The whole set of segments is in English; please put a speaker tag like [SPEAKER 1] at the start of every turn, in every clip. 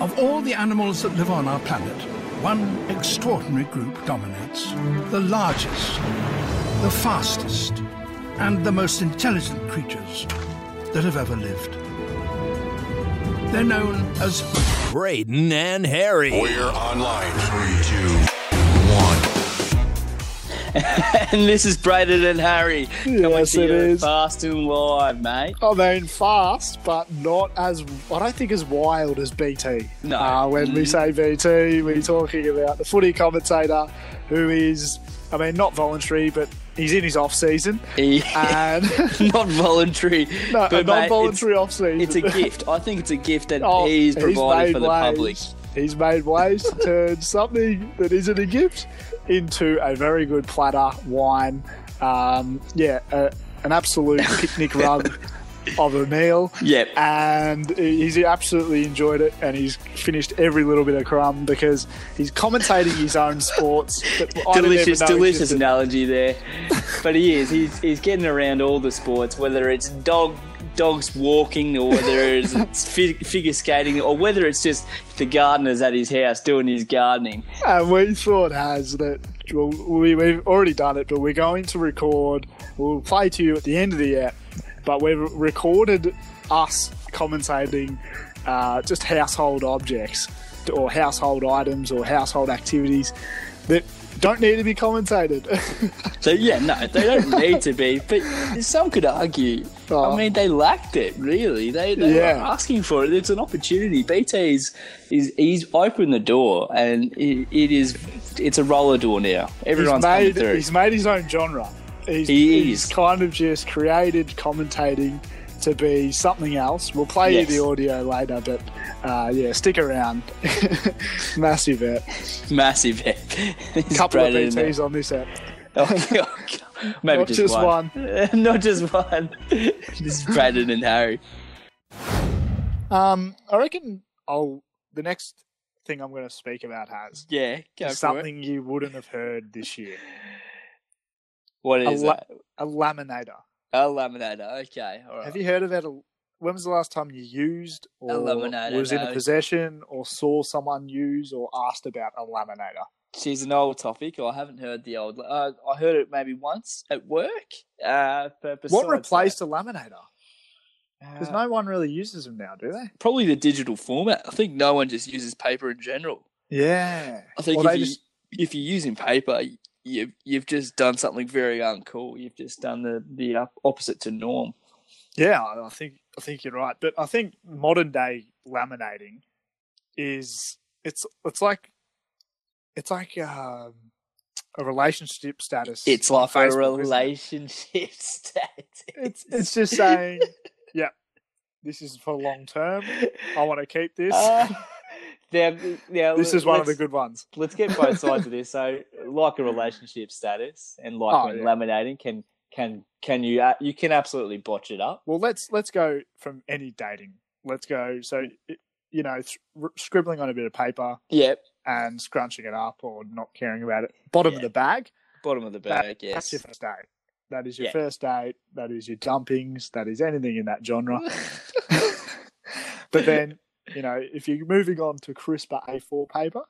[SPEAKER 1] Of all the animals that live on our planet, one extraordinary group dominates. The largest, the fastest, and the most intelligent creatures that have ever lived. They're known as
[SPEAKER 2] Braden and Harry.
[SPEAKER 3] We're online. Three, two, one.
[SPEAKER 4] And this is Braden and Harry.
[SPEAKER 5] Yes,
[SPEAKER 4] See
[SPEAKER 5] it
[SPEAKER 4] you
[SPEAKER 5] is.
[SPEAKER 4] Fast and wide, mate.
[SPEAKER 5] I mean, fast, but not as I don't think as wild as BT.
[SPEAKER 4] No. Mm.
[SPEAKER 5] Uh, when we say BT, we're talking about the footy commentator, who is, I mean, not voluntary, but he's in his off season and
[SPEAKER 4] not voluntary,
[SPEAKER 5] no,
[SPEAKER 4] but
[SPEAKER 5] a
[SPEAKER 4] mate,
[SPEAKER 5] non-voluntary off
[SPEAKER 4] It's, it's
[SPEAKER 5] season.
[SPEAKER 4] a gift. I think it's a gift that
[SPEAKER 5] Oh,
[SPEAKER 4] he's provided
[SPEAKER 5] made
[SPEAKER 4] for the
[SPEAKER 5] waves.
[SPEAKER 4] public.
[SPEAKER 5] He's made waves to turn something that isn't a gift into a very good platter, wine, um, yeah, a, an absolute picnic rug of a meal.
[SPEAKER 4] Yep.
[SPEAKER 5] And he's absolutely enjoyed it and he's finished every little bit of crumb because he's commentating his own sports. That I didn't even
[SPEAKER 4] delicious,
[SPEAKER 5] know
[SPEAKER 4] delicious
[SPEAKER 5] existed.
[SPEAKER 4] analogy there. but he is. He's, he's getting around all the sports, whether it's dog dogs walking, or whether it's, it's fi- figure skating, or whether it's just the gardener's at his house doing his gardening.
[SPEAKER 5] And Uh, we thought as that well, we, we've already done it, but we're going to record. We'll play to you at the end of the app, but we've recorded us commentating uh, just household objects or household items or household activities that don't need to be commentated.
[SPEAKER 4] So yeah, no, they don't need to be. But some could argue.
[SPEAKER 5] Oh.
[SPEAKER 4] I mean, they lacked it really. They, they were
[SPEAKER 5] Yeah.
[SPEAKER 4] asking for it. It's an opportunity. BT is, is he's opened the door, and it, it is it's a roller door now.
[SPEAKER 5] he's
[SPEAKER 4] Everyone's
[SPEAKER 5] made
[SPEAKER 4] coming through.
[SPEAKER 5] he's made his own genre. He's,
[SPEAKER 4] He
[SPEAKER 5] he's
[SPEAKER 4] is.
[SPEAKER 5] kind of just created commentating to be something else. We'll play
[SPEAKER 4] Yes.
[SPEAKER 5] you the audio later, but uh, yeah, stick around. Massive it.
[SPEAKER 4] Massive app.
[SPEAKER 5] Couple of BTs on this app.
[SPEAKER 4] Oh, Maybe
[SPEAKER 5] Not
[SPEAKER 4] just,
[SPEAKER 5] just
[SPEAKER 4] one. Not just one. this is Braden and Harry.
[SPEAKER 5] Um, I reckon I'll the next thing I'm going to speak about has
[SPEAKER 4] Yeah, go
[SPEAKER 5] is something you wouldn't have heard this year.
[SPEAKER 4] For it. What
[SPEAKER 5] A,
[SPEAKER 4] is
[SPEAKER 5] la-
[SPEAKER 4] that?
[SPEAKER 5] a laminator.
[SPEAKER 4] A laminator. Okay, all right.
[SPEAKER 5] Have you heard about a? When was the last time you used or
[SPEAKER 4] laminator,
[SPEAKER 5] was in a
[SPEAKER 4] no.
[SPEAKER 5] possession or saw someone use or asked about a laminator?
[SPEAKER 4] She's an old topic. I haven't heard the old. Uh, I heard it maybe once at work. Uh, but
[SPEAKER 5] What
[SPEAKER 4] besides
[SPEAKER 5] replaced a laminator?
[SPEAKER 4] that,
[SPEAKER 5] Because
[SPEAKER 4] uh,
[SPEAKER 5] no one really uses them now, do they?
[SPEAKER 4] probably the digital format. I think no one just uses paper in general.
[SPEAKER 5] Yeah.
[SPEAKER 4] I think
[SPEAKER 5] Well,
[SPEAKER 4] if
[SPEAKER 5] they
[SPEAKER 4] you
[SPEAKER 5] just-
[SPEAKER 4] if you're using paper, you've you've just done something very uncool. You've just done the the op- opposite to norm.
[SPEAKER 5] Yeah, I I think I think you're right. But I think modern day laminating is it's it's like it's like um, a relationship status.
[SPEAKER 4] It's
[SPEAKER 5] on
[SPEAKER 4] like a
[SPEAKER 5] Facebook, isn't it?
[SPEAKER 4] relationship status.
[SPEAKER 5] It's it's just saying, yeah, this is for long term. I want to keep this.
[SPEAKER 4] Uh, now, now
[SPEAKER 5] this is one of the
[SPEAKER 4] let's-
[SPEAKER 5] good ones.
[SPEAKER 4] let's get both sides of this. So, like a relationship status and like
[SPEAKER 5] Oh,
[SPEAKER 4] when
[SPEAKER 5] yeah.
[SPEAKER 4] laminating, can can can you uh, you can absolutely botch it up.
[SPEAKER 5] Well, let's let's go from any dating. Let's go. So you know, th- scribbling on a bit of paper
[SPEAKER 4] Yep,
[SPEAKER 5] and scrunching it up or not caring about it. Bottom of
[SPEAKER 4] Yeah.
[SPEAKER 5] the bag.
[SPEAKER 4] bottom of the
[SPEAKER 5] That-
[SPEAKER 4] bag. yes.
[SPEAKER 5] That's your first date. That is your
[SPEAKER 4] Yeah.
[SPEAKER 5] first date. That is your dumpings. That is anything in that genre. but then, you know, if you're moving on to crisper A4 paper,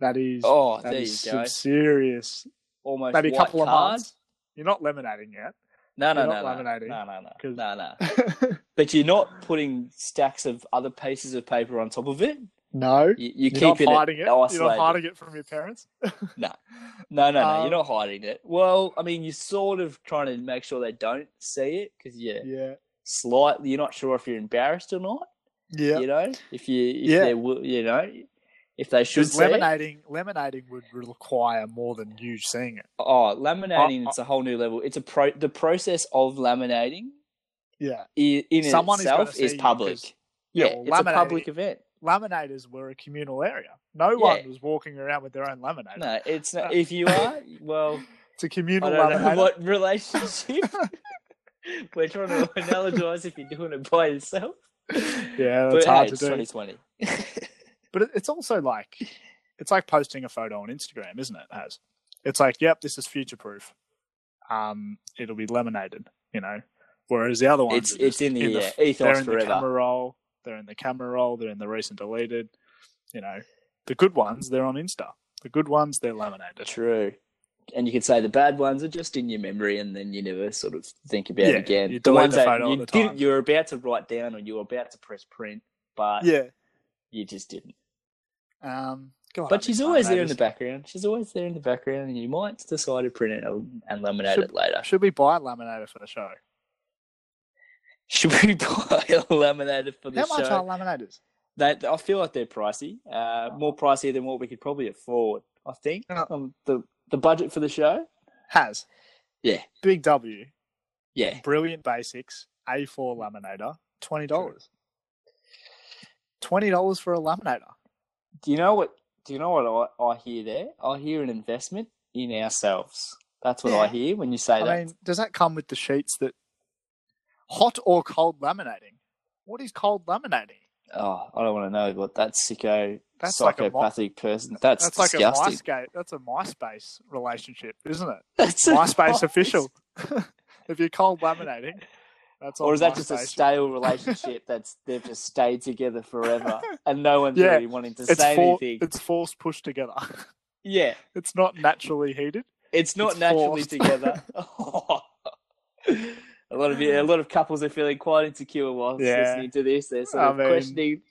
[SPEAKER 5] that is,
[SPEAKER 4] oh,
[SPEAKER 5] that
[SPEAKER 4] there you
[SPEAKER 5] is
[SPEAKER 4] go.
[SPEAKER 5] some serious.
[SPEAKER 4] Almost
[SPEAKER 5] maybe a
[SPEAKER 4] white
[SPEAKER 5] couple of
[SPEAKER 4] card.
[SPEAKER 5] months. You're not laminating yet.
[SPEAKER 4] No, no,
[SPEAKER 5] You're
[SPEAKER 4] no,
[SPEAKER 5] not
[SPEAKER 4] no,
[SPEAKER 5] laminating,
[SPEAKER 4] no, no, no,
[SPEAKER 5] 'cause-
[SPEAKER 4] no, no. But you're not putting stacks of other pieces of paper on top of it.
[SPEAKER 5] no.
[SPEAKER 4] You, you're,
[SPEAKER 5] You're not
[SPEAKER 4] keeping
[SPEAKER 5] hiding it.
[SPEAKER 4] it
[SPEAKER 5] You're not
[SPEAKER 4] isolated.
[SPEAKER 5] hiding it from your parents.
[SPEAKER 4] No, no, no.
[SPEAKER 5] Um,
[SPEAKER 4] you're not hiding it. Well, I mean, you're sort of trying to make sure they don't see it because you're
[SPEAKER 5] Yeah.
[SPEAKER 4] slightly, you're not sure if you're embarrassed or not.
[SPEAKER 5] Yeah.
[SPEAKER 4] You know, if you, if
[SPEAKER 5] Yeah.
[SPEAKER 4] they will, you know, if they should
[SPEAKER 5] Because
[SPEAKER 4] see it.
[SPEAKER 5] laminating, laminating would require more than you seeing it.
[SPEAKER 4] Oh, laminating,
[SPEAKER 5] Uh, uh.
[SPEAKER 4] it's a whole new level. It's a pro. The process of laminating
[SPEAKER 5] Yeah.
[SPEAKER 4] i- in
[SPEAKER 5] Someone is gonna
[SPEAKER 4] itself is
[SPEAKER 5] see you 'cause-
[SPEAKER 4] public.
[SPEAKER 5] yeah,
[SPEAKER 4] Yeah,
[SPEAKER 5] well,
[SPEAKER 4] it's a
[SPEAKER 5] laminating-
[SPEAKER 4] public event.
[SPEAKER 5] Laminators were a communal area. No one
[SPEAKER 4] Yeah.
[SPEAKER 5] was walking around with their own laminator.
[SPEAKER 4] No, it's
[SPEAKER 5] Uh,
[SPEAKER 4] not. If you are, well,
[SPEAKER 5] It's a
[SPEAKER 4] I
[SPEAKER 5] communal
[SPEAKER 4] don't know
[SPEAKER 5] laminator.
[SPEAKER 4] what relationship. We're trying to analogize if you're doing it by yourself.
[SPEAKER 5] Yeah,
[SPEAKER 4] But
[SPEAKER 5] that's
[SPEAKER 4] hey,
[SPEAKER 5] hard
[SPEAKER 4] it's
[SPEAKER 5] to do.
[SPEAKER 4] 2020.
[SPEAKER 5] But it, it's also like it's like posting a photo on Instagram, isn't it? Has it's like, yep, this is future proof. Um, it'll be laminated, you know. Whereas the other
[SPEAKER 4] It's
[SPEAKER 5] ones, are
[SPEAKER 4] it's
[SPEAKER 5] just
[SPEAKER 4] in the,
[SPEAKER 5] in the
[SPEAKER 4] yeah,
[SPEAKER 5] f-
[SPEAKER 4] ethos
[SPEAKER 5] they're in the
[SPEAKER 4] forever.
[SPEAKER 5] camera roll, they're in the camera roll, they're in the recent deleted. you know, the good ones, they're on Insta. The good ones, they're laminated.
[SPEAKER 4] True. And you could say the bad ones are just in your memory, and then you never sort of think about
[SPEAKER 5] Yeah,
[SPEAKER 4] it again.
[SPEAKER 5] you delete the photo
[SPEAKER 4] you
[SPEAKER 5] at the time.
[SPEAKER 4] you were about to write down, or you were about to press print, but
[SPEAKER 5] Yeah.
[SPEAKER 4] you just didn't.
[SPEAKER 5] Um, God, I
[SPEAKER 4] But she's
[SPEAKER 5] miss
[SPEAKER 4] always there in
[SPEAKER 5] laminators.
[SPEAKER 4] the background. She's always there in the background, and you might decide to print it and and laminate
[SPEAKER 5] Should-
[SPEAKER 4] it later.
[SPEAKER 5] Should we buy a laminator for the show?
[SPEAKER 4] Should we buy a laminator for the
[SPEAKER 5] How much
[SPEAKER 4] show?
[SPEAKER 5] are laminators?
[SPEAKER 4] They, I feel like they're pricey, uh, more pricier than what we could probably afford. I think
[SPEAKER 5] Yeah.
[SPEAKER 4] um, the the budget for the show.
[SPEAKER 5] Has.
[SPEAKER 4] Yeah.
[SPEAKER 5] Big W,
[SPEAKER 4] Yeah,
[SPEAKER 5] Brilliant Basics, A4
[SPEAKER 4] Mm.
[SPEAKER 5] laminator, $20. $20 for a laminator.
[SPEAKER 4] do you know what do you know what I, I hear there? I hear an investment in ourselves. That's what I
[SPEAKER 5] Yeah.
[SPEAKER 4] hear when you say
[SPEAKER 5] I
[SPEAKER 4] that.
[SPEAKER 5] mean, does that come with the sheets that hot or cold laminating? What is cold laminating?
[SPEAKER 4] oh, I don't want to know what that sicko
[SPEAKER 5] That's like a mo-
[SPEAKER 4] psychopathic person. That's,
[SPEAKER 5] That's like a
[SPEAKER 4] disgusting.
[SPEAKER 5] MySpace. That's a MySpace relationship, isn't it?
[SPEAKER 4] that's a
[SPEAKER 5] MySpace
[SPEAKER 4] nice-
[SPEAKER 5] official. if you're cold laminating, that's
[SPEAKER 4] Or
[SPEAKER 5] on
[SPEAKER 4] is that just a
[SPEAKER 5] MySpace.
[SPEAKER 4] stale relationship that's they've just stayed together forever and no one's
[SPEAKER 5] Yeah,
[SPEAKER 4] really wanting to
[SPEAKER 5] It's
[SPEAKER 4] say
[SPEAKER 5] for,
[SPEAKER 4] anything?
[SPEAKER 5] it's forced pushed together.
[SPEAKER 4] Yeah,
[SPEAKER 5] It's not naturally heated.
[SPEAKER 4] it's not
[SPEAKER 5] It's
[SPEAKER 4] naturally
[SPEAKER 5] forced.
[SPEAKER 4] together. a lot of you, a lot of couples are feeling quite insecure while
[SPEAKER 5] Yeah.
[SPEAKER 4] listening to this. They're sort
[SPEAKER 5] I
[SPEAKER 4] of
[SPEAKER 5] mean,
[SPEAKER 4] questioning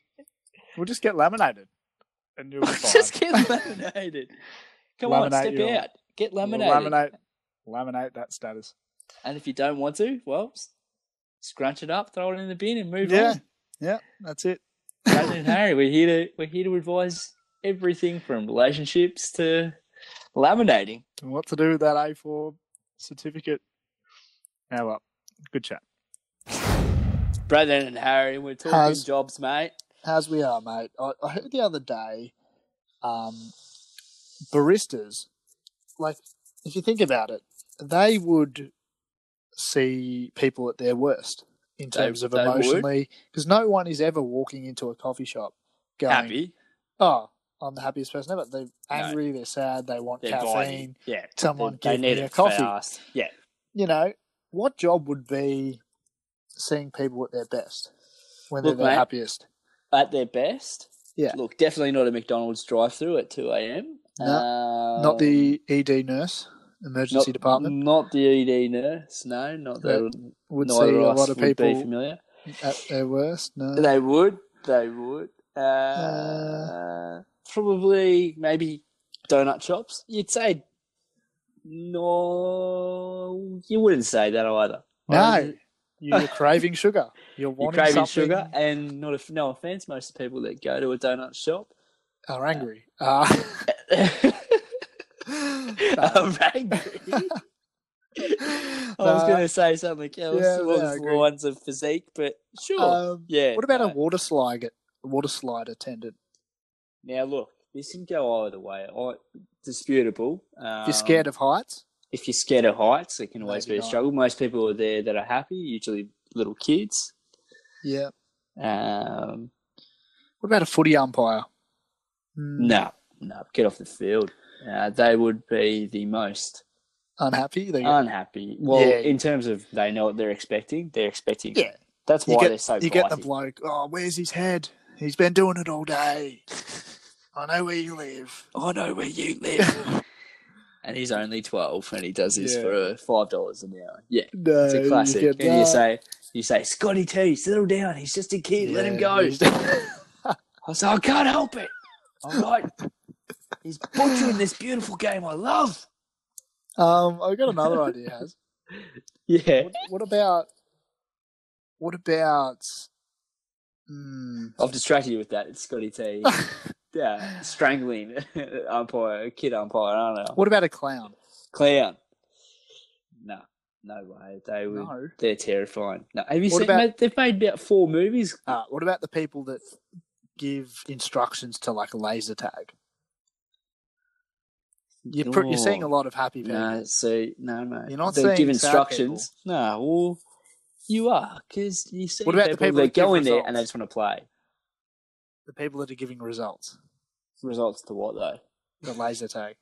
[SPEAKER 5] We'll just get laminated, and you'll be fine.
[SPEAKER 4] Just get laminated. Come on,
[SPEAKER 5] Laminate
[SPEAKER 4] step
[SPEAKER 5] your-
[SPEAKER 4] out. Get
[SPEAKER 5] We'll
[SPEAKER 4] laminated.
[SPEAKER 5] Laminate, laminate that status.
[SPEAKER 4] And if you don't want to, well, s- scrunch it up, throw it in the bin, and move
[SPEAKER 5] Yeah,
[SPEAKER 4] on.
[SPEAKER 5] yeah, that's it.
[SPEAKER 4] Brandon and Harry, we're here to we're here to advise everything from relationships to laminating.
[SPEAKER 5] And what to do with that A4 certificate? Now well, good chat.
[SPEAKER 4] Brandon and Harry, we're talking
[SPEAKER 5] Has-
[SPEAKER 4] jobs, mate.
[SPEAKER 5] As we are, mate. I, I heard the other day, um, baristas, like if you think about it, they would see people at their worst in
[SPEAKER 4] They-
[SPEAKER 5] terms of
[SPEAKER 4] they would.
[SPEAKER 5] emotionally, because no one is ever walking into a coffee shop going,
[SPEAKER 4] Happy.
[SPEAKER 5] "Oh, I'm the happiest person ever." They're angry, they're sad, they want
[SPEAKER 4] They're
[SPEAKER 5] caffeine.
[SPEAKER 4] diving. Yeah.
[SPEAKER 5] Someone
[SPEAKER 4] they, they
[SPEAKER 5] give
[SPEAKER 4] need
[SPEAKER 5] me
[SPEAKER 4] it
[SPEAKER 5] a coffee.
[SPEAKER 4] fast. Yeah.
[SPEAKER 5] you know, what job would be seeing people at their best when they're
[SPEAKER 4] Look,
[SPEAKER 5] their
[SPEAKER 4] mate.
[SPEAKER 5] happiest?
[SPEAKER 4] At their best.
[SPEAKER 5] Yeah.
[SPEAKER 4] Look, definitely not a McDonald's drive through at two AM.
[SPEAKER 5] No,
[SPEAKER 4] um,
[SPEAKER 5] not the ED nurse, emergency
[SPEAKER 4] Not-
[SPEAKER 5] department
[SPEAKER 4] Not the ED nurse, no, not
[SPEAKER 5] That
[SPEAKER 4] that
[SPEAKER 5] would see
[SPEAKER 4] neither
[SPEAKER 5] a
[SPEAKER 4] us
[SPEAKER 5] lot of
[SPEAKER 4] would be
[SPEAKER 5] people
[SPEAKER 4] familiar.
[SPEAKER 5] at their worst. No,
[SPEAKER 4] They would, they would. Uh,
[SPEAKER 5] Uh.
[SPEAKER 4] probably maybe donut shops. You'd say no, you wouldn't say that either.
[SPEAKER 5] no, you're craving sugar.
[SPEAKER 4] You're
[SPEAKER 5] You're wanting
[SPEAKER 4] craving
[SPEAKER 5] something.
[SPEAKER 4] sugar, and not if no offense, most of the people that go to a donut shop
[SPEAKER 5] Are angry. Uh,
[SPEAKER 4] are angry. I was
[SPEAKER 5] No.
[SPEAKER 4] going to say something else
[SPEAKER 5] Yeah,
[SPEAKER 4] along
[SPEAKER 5] no,
[SPEAKER 4] the
[SPEAKER 5] I agree.
[SPEAKER 4] lines of physique, but sure,
[SPEAKER 5] um,
[SPEAKER 4] yeah.
[SPEAKER 5] what about
[SPEAKER 4] no.
[SPEAKER 5] a water slide? Water slide attendant.
[SPEAKER 4] Now, look, this can go either way. I, disputable. Um,
[SPEAKER 5] If you're scared of heights,
[SPEAKER 4] if you're scared of heights, it can always
[SPEAKER 5] Maybe
[SPEAKER 4] be a
[SPEAKER 5] not.
[SPEAKER 4] struggle. Most people are there that are happy, usually little kids.
[SPEAKER 5] yeah.
[SPEAKER 4] Um,
[SPEAKER 5] What about a footy umpire? Mm,
[SPEAKER 4] no, no, get off the field. Uh, they would be the most
[SPEAKER 5] Unhappy? They
[SPEAKER 4] unhappy. Well,
[SPEAKER 5] Yeah.
[SPEAKER 4] in terms of they know what they're expecting, they're expecting.
[SPEAKER 5] Yeah.
[SPEAKER 4] That's
[SPEAKER 5] You
[SPEAKER 4] why
[SPEAKER 5] get-
[SPEAKER 4] they're so
[SPEAKER 5] you get the
[SPEAKER 4] bitey.
[SPEAKER 5] bloke. Oh, where's his head? He's been doing it all day. I know where you live.
[SPEAKER 4] I know where you live. and he's only 12 and he does this
[SPEAKER 5] Yeah.
[SPEAKER 4] for uh, $5 an hour. Yeah.
[SPEAKER 5] No,
[SPEAKER 4] It's a classic. and you say, you say, Scotty T, settle down. He's just a kid. Let him go. I say, I can't help it. I'm like, he's butchering this beautiful game I love.
[SPEAKER 5] um, I've got another idea. Has
[SPEAKER 4] Yeah.
[SPEAKER 5] what, what about what about? Hmm,
[SPEAKER 4] I've distracted you with that. It's Scotty T. yeah. Strangling umpire, kid umpire. I don't know.
[SPEAKER 5] what about a clown?
[SPEAKER 4] Clown. No. No way. They would.
[SPEAKER 5] No.
[SPEAKER 4] They're terrifying. No. Have you
[SPEAKER 5] What
[SPEAKER 4] seen?
[SPEAKER 5] about-
[SPEAKER 4] mate, they've made about four movies.
[SPEAKER 5] Uh, what about the people that give instructions to like a laser tag? You're, pr- you're seeing a lot of happy people.
[SPEAKER 4] No, so no, no.
[SPEAKER 5] You're not
[SPEAKER 4] They'll
[SPEAKER 5] seeing
[SPEAKER 4] give
[SPEAKER 5] sad
[SPEAKER 4] instructions. No, well, you are because you see
[SPEAKER 5] What about the
[SPEAKER 4] people,
[SPEAKER 5] people
[SPEAKER 4] that
[SPEAKER 5] that give
[SPEAKER 4] go in there
[SPEAKER 5] results?
[SPEAKER 4] and they just want to play.
[SPEAKER 5] The people that are giving results,
[SPEAKER 4] Results to what though?
[SPEAKER 5] the laser tag.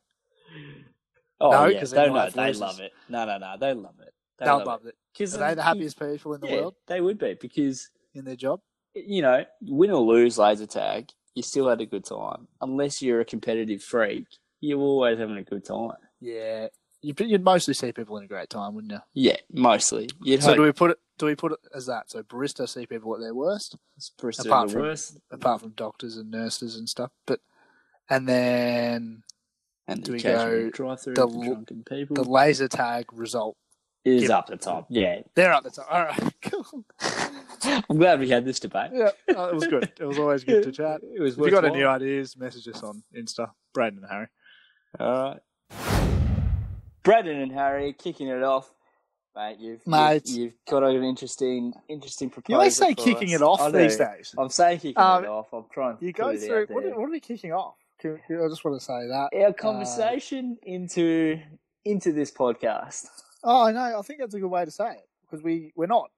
[SPEAKER 4] Oh
[SPEAKER 5] No,
[SPEAKER 4] yeah,
[SPEAKER 5] 'cause
[SPEAKER 4] they
[SPEAKER 5] they
[SPEAKER 4] know
[SPEAKER 5] like
[SPEAKER 4] they
[SPEAKER 5] voices.
[SPEAKER 4] love it. No, no, no, they love it. They
[SPEAKER 5] They'll love it.
[SPEAKER 4] Because
[SPEAKER 5] Are they the happiest people in the
[SPEAKER 4] yeah,
[SPEAKER 5] world
[SPEAKER 4] They would be because
[SPEAKER 5] in their job?
[SPEAKER 4] you know, win or lose laser tag, you still had a good time. Unless you're a competitive freak, you're always having a good time.
[SPEAKER 5] Yeah, you, you'd mostly see people in a great time, wouldn't you?
[SPEAKER 4] Yeah, mostly. You'd
[SPEAKER 5] So
[SPEAKER 4] hope
[SPEAKER 5] do we put it? Do we put it as that? So barista see people at their worst,
[SPEAKER 4] it's Bristol
[SPEAKER 5] apart
[SPEAKER 4] the
[SPEAKER 5] from-
[SPEAKER 4] worst.
[SPEAKER 5] apart from doctors and nurses and stuff. But and then
[SPEAKER 4] And the
[SPEAKER 5] do we
[SPEAKER 4] occasional
[SPEAKER 5] go
[SPEAKER 4] drive through
[SPEAKER 5] the
[SPEAKER 4] for
[SPEAKER 5] l-
[SPEAKER 4] drunken people
[SPEAKER 5] the laser tag result.
[SPEAKER 4] is
[SPEAKER 5] give-
[SPEAKER 4] up the top. Yeah.
[SPEAKER 5] They're up the top. All right, cool.
[SPEAKER 4] I'm glad we had this debate.
[SPEAKER 5] Yeah, uh, it was good. It was always good to chat.
[SPEAKER 4] It was
[SPEAKER 5] If you got
[SPEAKER 4] worthwhile.
[SPEAKER 5] any ideas, message us on Insta, Braden and Harry.
[SPEAKER 4] All right. Braden and Harry kicking it off. Mate, you've,
[SPEAKER 5] Mate.
[SPEAKER 4] you've, you've got an interesting, interesting proposal.
[SPEAKER 5] You always say
[SPEAKER 4] for
[SPEAKER 5] kicking
[SPEAKER 4] us.
[SPEAKER 5] it off
[SPEAKER 4] I
[SPEAKER 5] these
[SPEAKER 4] know.
[SPEAKER 5] days.
[SPEAKER 4] I'm saying kicking
[SPEAKER 5] Um,
[SPEAKER 4] it off. I'm trying to
[SPEAKER 5] You go
[SPEAKER 4] put it
[SPEAKER 5] through.
[SPEAKER 4] out
[SPEAKER 5] What
[SPEAKER 4] there.
[SPEAKER 5] are, what are we kicking off? Can, can- I just want Uh, to say that.
[SPEAKER 4] our conversation into into this podcast.
[SPEAKER 5] Oh, I know. I think that's a good way to say it because we we're not.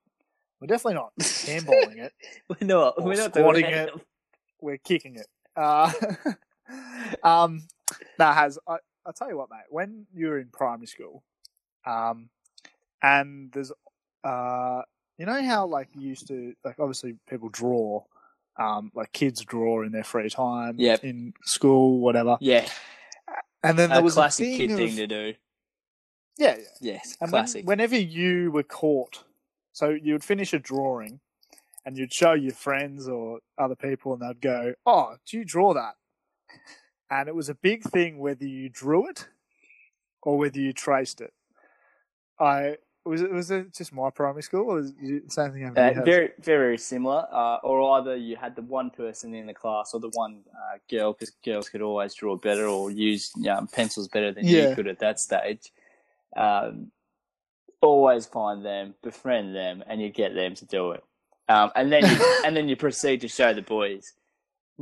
[SPEAKER 5] We're definitely not handballing it.
[SPEAKER 4] We're not
[SPEAKER 5] Or
[SPEAKER 4] we're not
[SPEAKER 5] squatting
[SPEAKER 4] doing that.
[SPEAKER 5] We're kicking it. Uh, um, now has I I tell you what, mate. When you were in primary school, um, and there's uh, you know how like you used to like obviously people draw, um, like kids draw in their free time,
[SPEAKER 4] Yep.
[SPEAKER 5] in school, whatever.
[SPEAKER 4] Yeah,
[SPEAKER 5] And then there
[SPEAKER 4] a
[SPEAKER 5] was
[SPEAKER 4] classic
[SPEAKER 5] a thing
[SPEAKER 4] kid
[SPEAKER 5] of-
[SPEAKER 4] thing to do.
[SPEAKER 5] yeah, yeah.
[SPEAKER 4] Yes,
[SPEAKER 5] And when-
[SPEAKER 4] classic.
[SPEAKER 5] whenever you were caught, so you would finish a drawing and you'd show your friends or other people and they'd go, Oh, do you draw that? And it was a big thing whether you drew it or whether you traced it. I was it was it just my primary school or is it the same thing happened
[SPEAKER 4] Uh,
[SPEAKER 5] to you?
[SPEAKER 4] very, very similar. Uh, or either you had the one person in the class, or the one uh, girl, because girls could always draw better or use um, pencils better than
[SPEAKER 5] Yeah.
[SPEAKER 4] you could at that stage. Um, always find them, befriend them, and you get them to do it. Um, and then, you, and then you proceed to show the boys.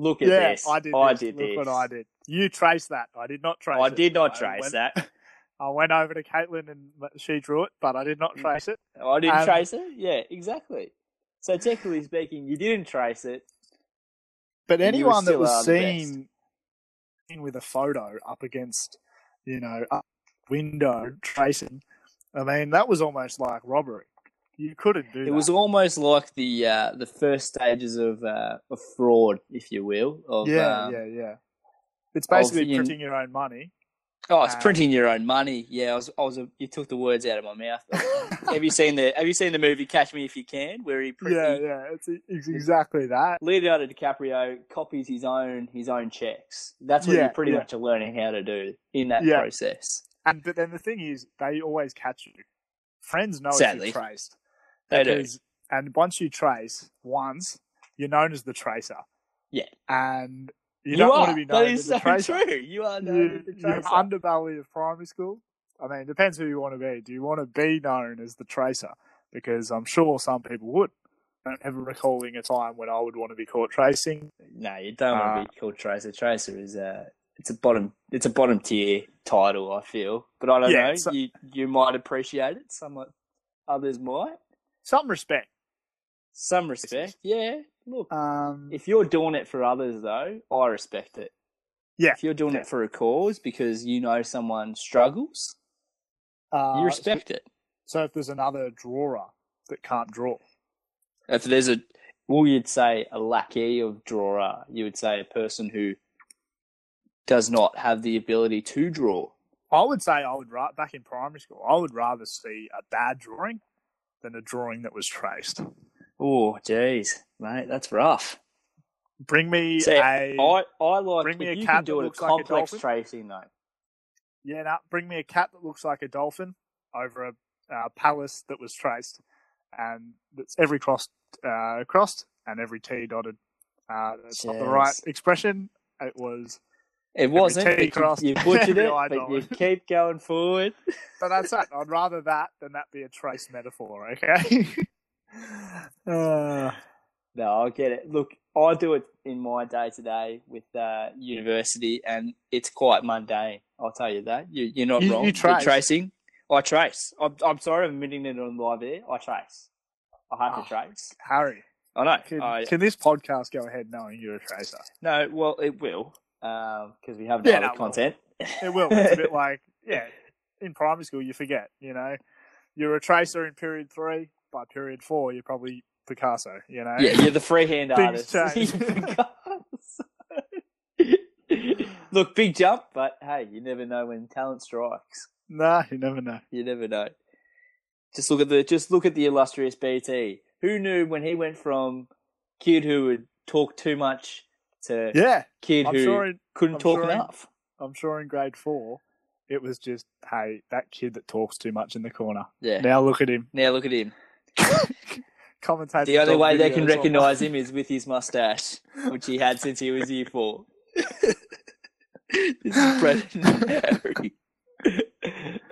[SPEAKER 4] Look at
[SPEAKER 5] yeah,
[SPEAKER 4] this.
[SPEAKER 5] I did this. Look what I did. You traced that. I did not trace
[SPEAKER 4] I
[SPEAKER 5] it.
[SPEAKER 4] did not
[SPEAKER 5] I
[SPEAKER 4] trace
[SPEAKER 5] went-
[SPEAKER 4] that.
[SPEAKER 5] I went over to Caitlin and she drew it, but I did
[SPEAKER 4] Mm.
[SPEAKER 5] not trace it.
[SPEAKER 4] I didn't
[SPEAKER 5] Um,
[SPEAKER 4] trace it. Yeah, exactly. So technically speaking, you didn't trace it.
[SPEAKER 5] But
[SPEAKER 4] and you were
[SPEAKER 5] anyone that
[SPEAKER 4] still
[SPEAKER 5] was
[SPEAKER 4] are the best.
[SPEAKER 5] seen in with a photo up against, you know, a window tracing, I mean, that was almost like robbery. You couldn't do
[SPEAKER 4] It was almost like the uh, the first stages of uh, of fraud, if you will. Of,
[SPEAKER 5] yeah,
[SPEAKER 4] um,
[SPEAKER 5] yeah, yeah. It's basically
[SPEAKER 4] the-
[SPEAKER 5] printing your own money.
[SPEAKER 4] Oh, it's
[SPEAKER 5] Um,
[SPEAKER 4] printing your own money. Yeah, I was. I was. A, you took the words out of my mouth. have you seen the Have you seen the movie Catch Me If You Can, where he, print,
[SPEAKER 5] Yeah,
[SPEAKER 4] he
[SPEAKER 5] yeah, it's, it's exactly that.
[SPEAKER 4] Leonardo DiCaprio copies his own his own checks. That's what
[SPEAKER 5] Yeah,
[SPEAKER 4] you're pretty
[SPEAKER 5] yeah.
[SPEAKER 4] much learning how to do in that
[SPEAKER 5] Yeah.
[SPEAKER 4] process.
[SPEAKER 5] And but then the thing is, they always catch you. Friends know if
[SPEAKER 4] Sadly.
[SPEAKER 5] you traced.
[SPEAKER 4] They do.
[SPEAKER 5] because- And once you trace once, you're known as the tracer.
[SPEAKER 4] Yeah.
[SPEAKER 5] And you,
[SPEAKER 4] You,
[SPEAKER 5] don't
[SPEAKER 4] are.
[SPEAKER 5] want to be known
[SPEAKER 4] that
[SPEAKER 5] as
[SPEAKER 4] is so
[SPEAKER 5] the tracer.
[SPEAKER 4] true. You are known
[SPEAKER 5] you,
[SPEAKER 4] as the
[SPEAKER 5] you're
[SPEAKER 4] tracer.
[SPEAKER 5] underbelly of primary school. I mean, it depends who you want to be. Do you want to be known as the tracer? Because I'm sure some people would. I don't ever recalling a time when I would want to be caught tracing.
[SPEAKER 4] No, you don't want to be called Tracer. Tracer is a it's a bottom it's a bottom tier title, I feel. But I don't
[SPEAKER 5] Yeah,
[SPEAKER 4] know.
[SPEAKER 5] it's a-
[SPEAKER 4] You you might appreciate it. Somewhat others might.
[SPEAKER 5] Some respect.
[SPEAKER 4] Some respect, yeah. Look,
[SPEAKER 5] Um,
[SPEAKER 4] if you're doing it for others though, I respect it.
[SPEAKER 5] Yeah,
[SPEAKER 4] If you're doing it for a cause because you know someone struggles,
[SPEAKER 5] uh,
[SPEAKER 4] you respect it.
[SPEAKER 5] So if there's another drawer that can't draw,
[SPEAKER 4] If there's a well, you'd say a lackey of drawer. You would say a person who does not have the ability to draw.
[SPEAKER 5] I would say I would ra- back in primary school. I would rather see a bad drawing than a drawing that was traced.
[SPEAKER 4] Oh, jeez, mate, that's rough.
[SPEAKER 5] Bring me
[SPEAKER 4] See,
[SPEAKER 5] a
[SPEAKER 4] I, I like
[SPEAKER 5] bring me
[SPEAKER 4] if
[SPEAKER 5] a
[SPEAKER 4] you can
[SPEAKER 5] cat that
[SPEAKER 4] do it a
[SPEAKER 5] looks like a
[SPEAKER 4] complex
[SPEAKER 5] dolphin.
[SPEAKER 4] tracing though.
[SPEAKER 5] Yeah, no, bring me a cat that looks like a dolphin over a uh, palace that was traced, and that's every cross uh, crossed and every T dotted. Uh, that's not the right
[SPEAKER 4] Jeez.
[SPEAKER 5] expression. It was,
[SPEAKER 4] It wasn't.
[SPEAKER 5] T
[SPEAKER 4] but you-
[SPEAKER 5] crossed,
[SPEAKER 4] you butchered
[SPEAKER 5] every
[SPEAKER 4] it,
[SPEAKER 5] I
[SPEAKER 4] but you
[SPEAKER 5] dollar.
[SPEAKER 4] keep going forward.
[SPEAKER 5] but that's that. I'd rather that than that be a trace metaphor. Okay. uh,
[SPEAKER 4] No, I get it. Look, I do it in my day to day with uh, university, and it's quite mundane. I'll tell you that. You, you're not
[SPEAKER 5] You-
[SPEAKER 4] wrong.
[SPEAKER 5] you
[SPEAKER 4] You're
[SPEAKER 5] trace.
[SPEAKER 4] tracing. I trace. I'm, I'm sorry, I'm admitting it on live air. I trace. I have
[SPEAKER 5] Oh.
[SPEAKER 4] to trace.
[SPEAKER 5] Harry,
[SPEAKER 4] I know.
[SPEAKER 5] can,
[SPEAKER 4] I,
[SPEAKER 5] can this podcast go ahead knowing you're a tracer?
[SPEAKER 4] no, well, it will because we have no
[SPEAKER 5] Yeah,
[SPEAKER 4] other
[SPEAKER 5] that will.
[SPEAKER 4] content.
[SPEAKER 5] It will. It's a bit like yeah, in primary school you forget. You know, you're a tracer in period three. By period four, you're probably Picasso. You know.
[SPEAKER 4] Yeah, you're the freehand
[SPEAKER 5] Things
[SPEAKER 4] artist. Look, big jump, but hey, you never know when talent strikes.
[SPEAKER 5] Nah, you never know.
[SPEAKER 4] You never know. Just look at the just look at the illustrious BT. Who knew when he went from kid who would talk too much to
[SPEAKER 5] Yeah,
[SPEAKER 4] kid
[SPEAKER 5] I'm
[SPEAKER 4] who
[SPEAKER 5] sure in-
[SPEAKER 4] couldn't
[SPEAKER 5] I'm
[SPEAKER 4] talk
[SPEAKER 5] sure in-
[SPEAKER 4] enough?
[SPEAKER 5] I'm sure in grade four, it was just, hey, that kid that talks too much in the corner.
[SPEAKER 4] Yeah.
[SPEAKER 5] Now look at him.
[SPEAKER 4] Now look at him.
[SPEAKER 5] Commentating.
[SPEAKER 4] The only
[SPEAKER 5] on
[SPEAKER 4] way they
[SPEAKER 5] videos
[SPEAKER 4] can
[SPEAKER 5] on-
[SPEAKER 4] recognise him is with his mustache, which he had since he was year four. this is Brendan and Harry.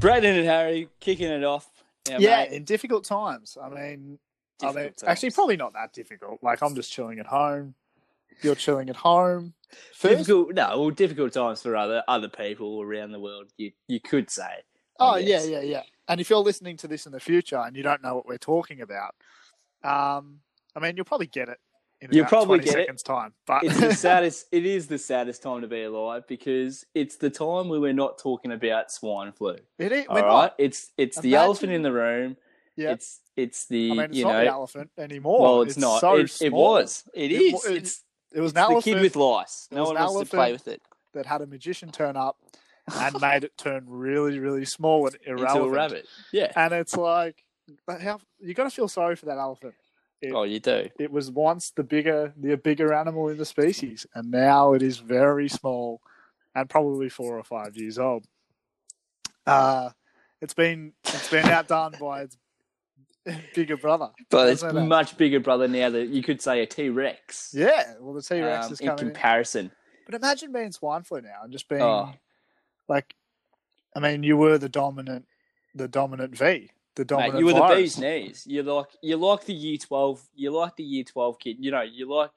[SPEAKER 4] Brendan and Harry kicking it off. Now,
[SPEAKER 5] Yeah,
[SPEAKER 4] mate,
[SPEAKER 5] in difficult times. I mean, I mean,
[SPEAKER 4] difficult
[SPEAKER 5] actually,
[SPEAKER 4] times.
[SPEAKER 5] probably not that difficult. Like, I'm just chilling at home. You're chilling at home. First,
[SPEAKER 4] difficult. No, well, difficult times for other other people around the world. You you could say.
[SPEAKER 5] oh
[SPEAKER 4] I
[SPEAKER 5] yeah,
[SPEAKER 4] guess.
[SPEAKER 5] yeah, yeah. And if you're listening to this in the future and you don't know what we're talking about, um, I mean, you'll probably get it. In
[SPEAKER 4] You'll
[SPEAKER 5] about
[SPEAKER 4] probably
[SPEAKER 5] 20
[SPEAKER 4] get it.
[SPEAKER 5] seconds time, but
[SPEAKER 4] It's the saddest. It is the saddest time to be alive because it's the time where we're not talking about swine flu.
[SPEAKER 5] it is,
[SPEAKER 4] All
[SPEAKER 5] we're
[SPEAKER 4] right,
[SPEAKER 5] not.
[SPEAKER 4] it's it's the
[SPEAKER 5] Imagine-
[SPEAKER 4] elephant in the room.
[SPEAKER 5] Yeah.
[SPEAKER 4] It's it's the
[SPEAKER 5] I mean, it's
[SPEAKER 4] you
[SPEAKER 5] not
[SPEAKER 4] know
[SPEAKER 5] an elephant anymore.
[SPEAKER 4] Well, it's, not.
[SPEAKER 5] Oh, So
[SPEAKER 4] it, it
[SPEAKER 5] small.
[SPEAKER 4] was. It
[SPEAKER 5] It
[SPEAKER 4] is.
[SPEAKER 5] wa- it-
[SPEAKER 4] it's
[SPEAKER 5] It was an
[SPEAKER 4] the
[SPEAKER 5] elephant
[SPEAKER 4] kid with lice.
[SPEAKER 5] It
[SPEAKER 4] No
[SPEAKER 5] was
[SPEAKER 4] one
[SPEAKER 5] an
[SPEAKER 4] wants to play
[SPEAKER 5] elephant
[SPEAKER 4] with it.
[SPEAKER 5] that had a magician turn up and made it turn really, really small and irrelevant.
[SPEAKER 4] Into a rabbit. Yeah.
[SPEAKER 5] And it's like, but how you got to feel sorry for that elephant. it-
[SPEAKER 4] oh, you do.
[SPEAKER 5] It was once the bigger, the bigger animal in the species, and now it is very small, and probably four or five years old. Uh, it's been it's been outdone by its bigger brother.
[SPEAKER 4] But it's
[SPEAKER 5] Doesn't it?
[SPEAKER 4] much bigger brother now that you could say a T Rex.
[SPEAKER 5] yeah. Well, the T Rex is
[SPEAKER 4] in
[SPEAKER 5] coming. in.
[SPEAKER 4] comparison.
[SPEAKER 5] But imagine being swine flu now and just being
[SPEAKER 4] Oh.
[SPEAKER 5] like, I mean, you were the dominant, the dominant V, the dominant.
[SPEAKER 4] Mate, you were the
[SPEAKER 5] virus.
[SPEAKER 4] bee's knees. You're like you're like the year twelve. You're like the year twelve kid. You know, you're like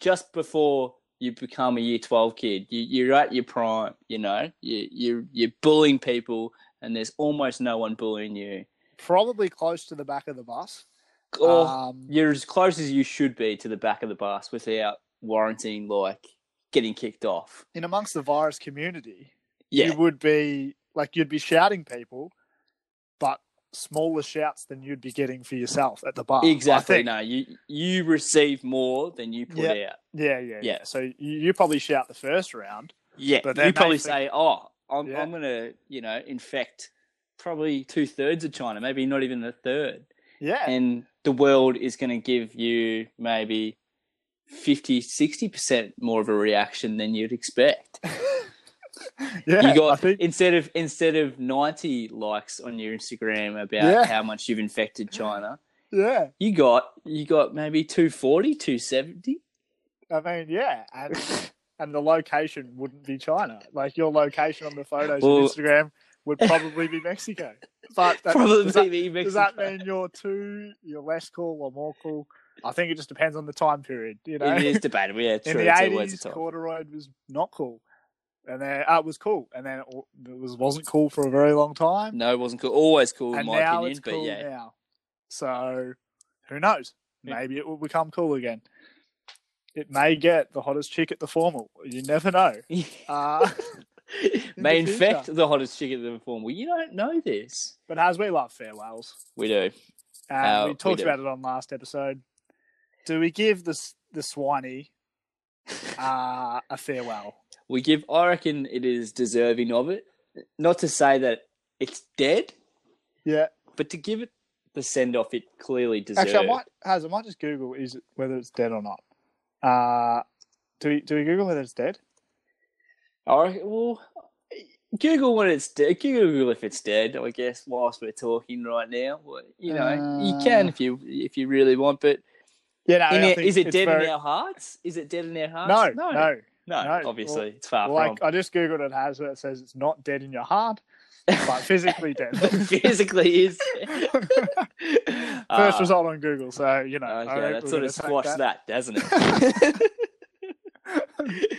[SPEAKER 4] just before you become a year twelve kid. You, you're at your prime. You know, you you you're bullying people, and there's almost no one bullying you.
[SPEAKER 5] Probably close to the back of the bus.
[SPEAKER 4] Or
[SPEAKER 5] Um,
[SPEAKER 4] you're as close as you should be to the back of the bus without warranting like getting kicked off.
[SPEAKER 5] In amongst the virus community,
[SPEAKER 4] Yeah,
[SPEAKER 5] you would be like you'd be shouting people, but smaller shouts than you'd be getting for yourself at the bar. I
[SPEAKER 4] exactly.
[SPEAKER 5] think.
[SPEAKER 4] No, you you receive more than you put
[SPEAKER 5] Yeah.
[SPEAKER 4] out.
[SPEAKER 5] Yeah, yeah, yeah,
[SPEAKER 4] Yeah.
[SPEAKER 5] So you, you probably shout the first round.
[SPEAKER 4] Yeah,
[SPEAKER 5] But
[SPEAKER 4] but
[SPEAKER 5] then
[SPEAKER 4] you probably
[SPEAKER 5] they
[SPEAKER 4] say, "Oh, I'm,
[SPEAKER 5] Yeah.
[SPEAKER 4] I'm going to, you know, infect probably two thirds of China, maybe not even a third,
[SPEAKER 5] Yeah,
[SPEAKER 4] and the world is going to give you maybe 50, 60 percent more of a reaction than you'd expect.
[SPEAKER 5] yeah.
[SPEAKER 4] you
[SPEAKER 5] I
[SPEAKER 4] got
[SPEAKER 5] think
[SPEAKER 4] instead of instead of ninety likes on your Instagram about
[SPEAKER 5] Yeah.
[SPEAKER 4] how much you've infected China,
[SPEAKER 5] yeah.
[SPEAKER 4] you got you got maybe 240, 270.
[SPEAKER 5] I mean, yeah, and and the location wouldn't be China. Like your location on the photos
[SPEAKER 4] Well-
[SPEAKER 5] on Instagram would probably be Mexico. But that,
[SPEAKER 4] Probably
[SPEAKER 5] Uh, does, that,
[SPEAKER 4] Mexico.
[SPEAKER 5] does that mean you're too, you're less cool or more cool? I think it just depends on the time period. You know,
[SPEAKER 4] it is debatable? Yeah, true.
[SPEAKER 5] in the
[SPEAKER 4] it's always a
[SPEAKER 5] eighties,
[SPEAKER 4] topic.
[SPEAKER 5] corduroy was not cool, and then uh, it was cool, and then it, w- it was wasn't cool for a very long time,
[SPEAKER 4] No, it wasn't cool. Always cool in
[SPEAKER 5] and
[SPEAKER 4] my
[SPEAKER 5] now
[SPEAKER 4] opinion,
[SPEAKER 5] it's
[SPEAKER 4] but
[SPEAKER 5] cool
[SPEAKER 4] yeah.
[SPEAKER 5] now. So, who knows?
[SPEAKER 4] Yeah.
[SPEAKER 5] Maybe it will become cool again. It may get the hottest chick at the formal. You never know. Uh,
[SPEAKER 4] may
[SPEAKER 5] the
[SPEAKER 4] infect the hottest chick at the form. Well, you don't know this.
[SPEAKER 5] but as we love farewells,
[SPEAKER 4] We do.
[SPEAKER 5] and
[SPEAKER 4] Uh,
[SPEAKER 5] we
[SPEAKER 4] we
[SPEAKER 5] talked
[SPEAKER 4] do.
[SPEAKER 5] about it on last episode, do we give the s- the Swiney uh, a farewell?
[SPEAKER 4] We give. I reckon it is deserving of it. Not to say that it's dead,
[SPEAKER 5] Yeah,
[SPEAKER 4] but to give it the send off it clearly deserved.
[SPEAKER 5] actually, I might. Has I might just Google is it, whether it's dead or not. Uh, do we do we Google whether it's dead?
[SPEAKER 4] I reckon- well, Google when it's dead. Google if it's dead. I guess whilst we're talking right now, Well, you know, you can if you if you really want. But
[SPEAKER 5] Yeah, no,
[SPEAKER 4] in
[SPEAKER 5] I
[SPEAKER 4] our,
[SPEAKER 5] think
[SPEAKER 4] is it
[SPEAKER 5] it's
[SPEAKER 4] dead
[SPEAKER 5] very-
[SPEAKER 4] in our hearts? Is it dead in our
[SPEAKER 5] No,
[SPEAKER 4] hearts?
[SPEAKER 5] no,
[SPEAKER 4] no, Ah,
[SPEAKER 5] no.
[SPEAKER 4] no,
[SPEAKER 5] no.
[SPEAKER 4] Obviously,
[SPEAKER 5] Well,
[SPEAKER 4] it's far from.
[SPEAKER 5] Like I just Googled it. Has it says it's not dead in your heart, but physically dead.
[SPEAKER 4] physically is.
[SPEAKER 5] First
[SPEAKER 4] Ah,
[SPEAKER 5] result on Google, so you know. I
[SPEAKER 4] Okay,
[SPEAKER 5] think
[SPEAKER 4] that
[SPEAKER 5] we're
[SPEAKER 4] sort
[SPEAKER 5] gonna
[SPEAKER 4] of
[SPEAKER 5] take
[SPEAKER 4] squashed that. doesn't it?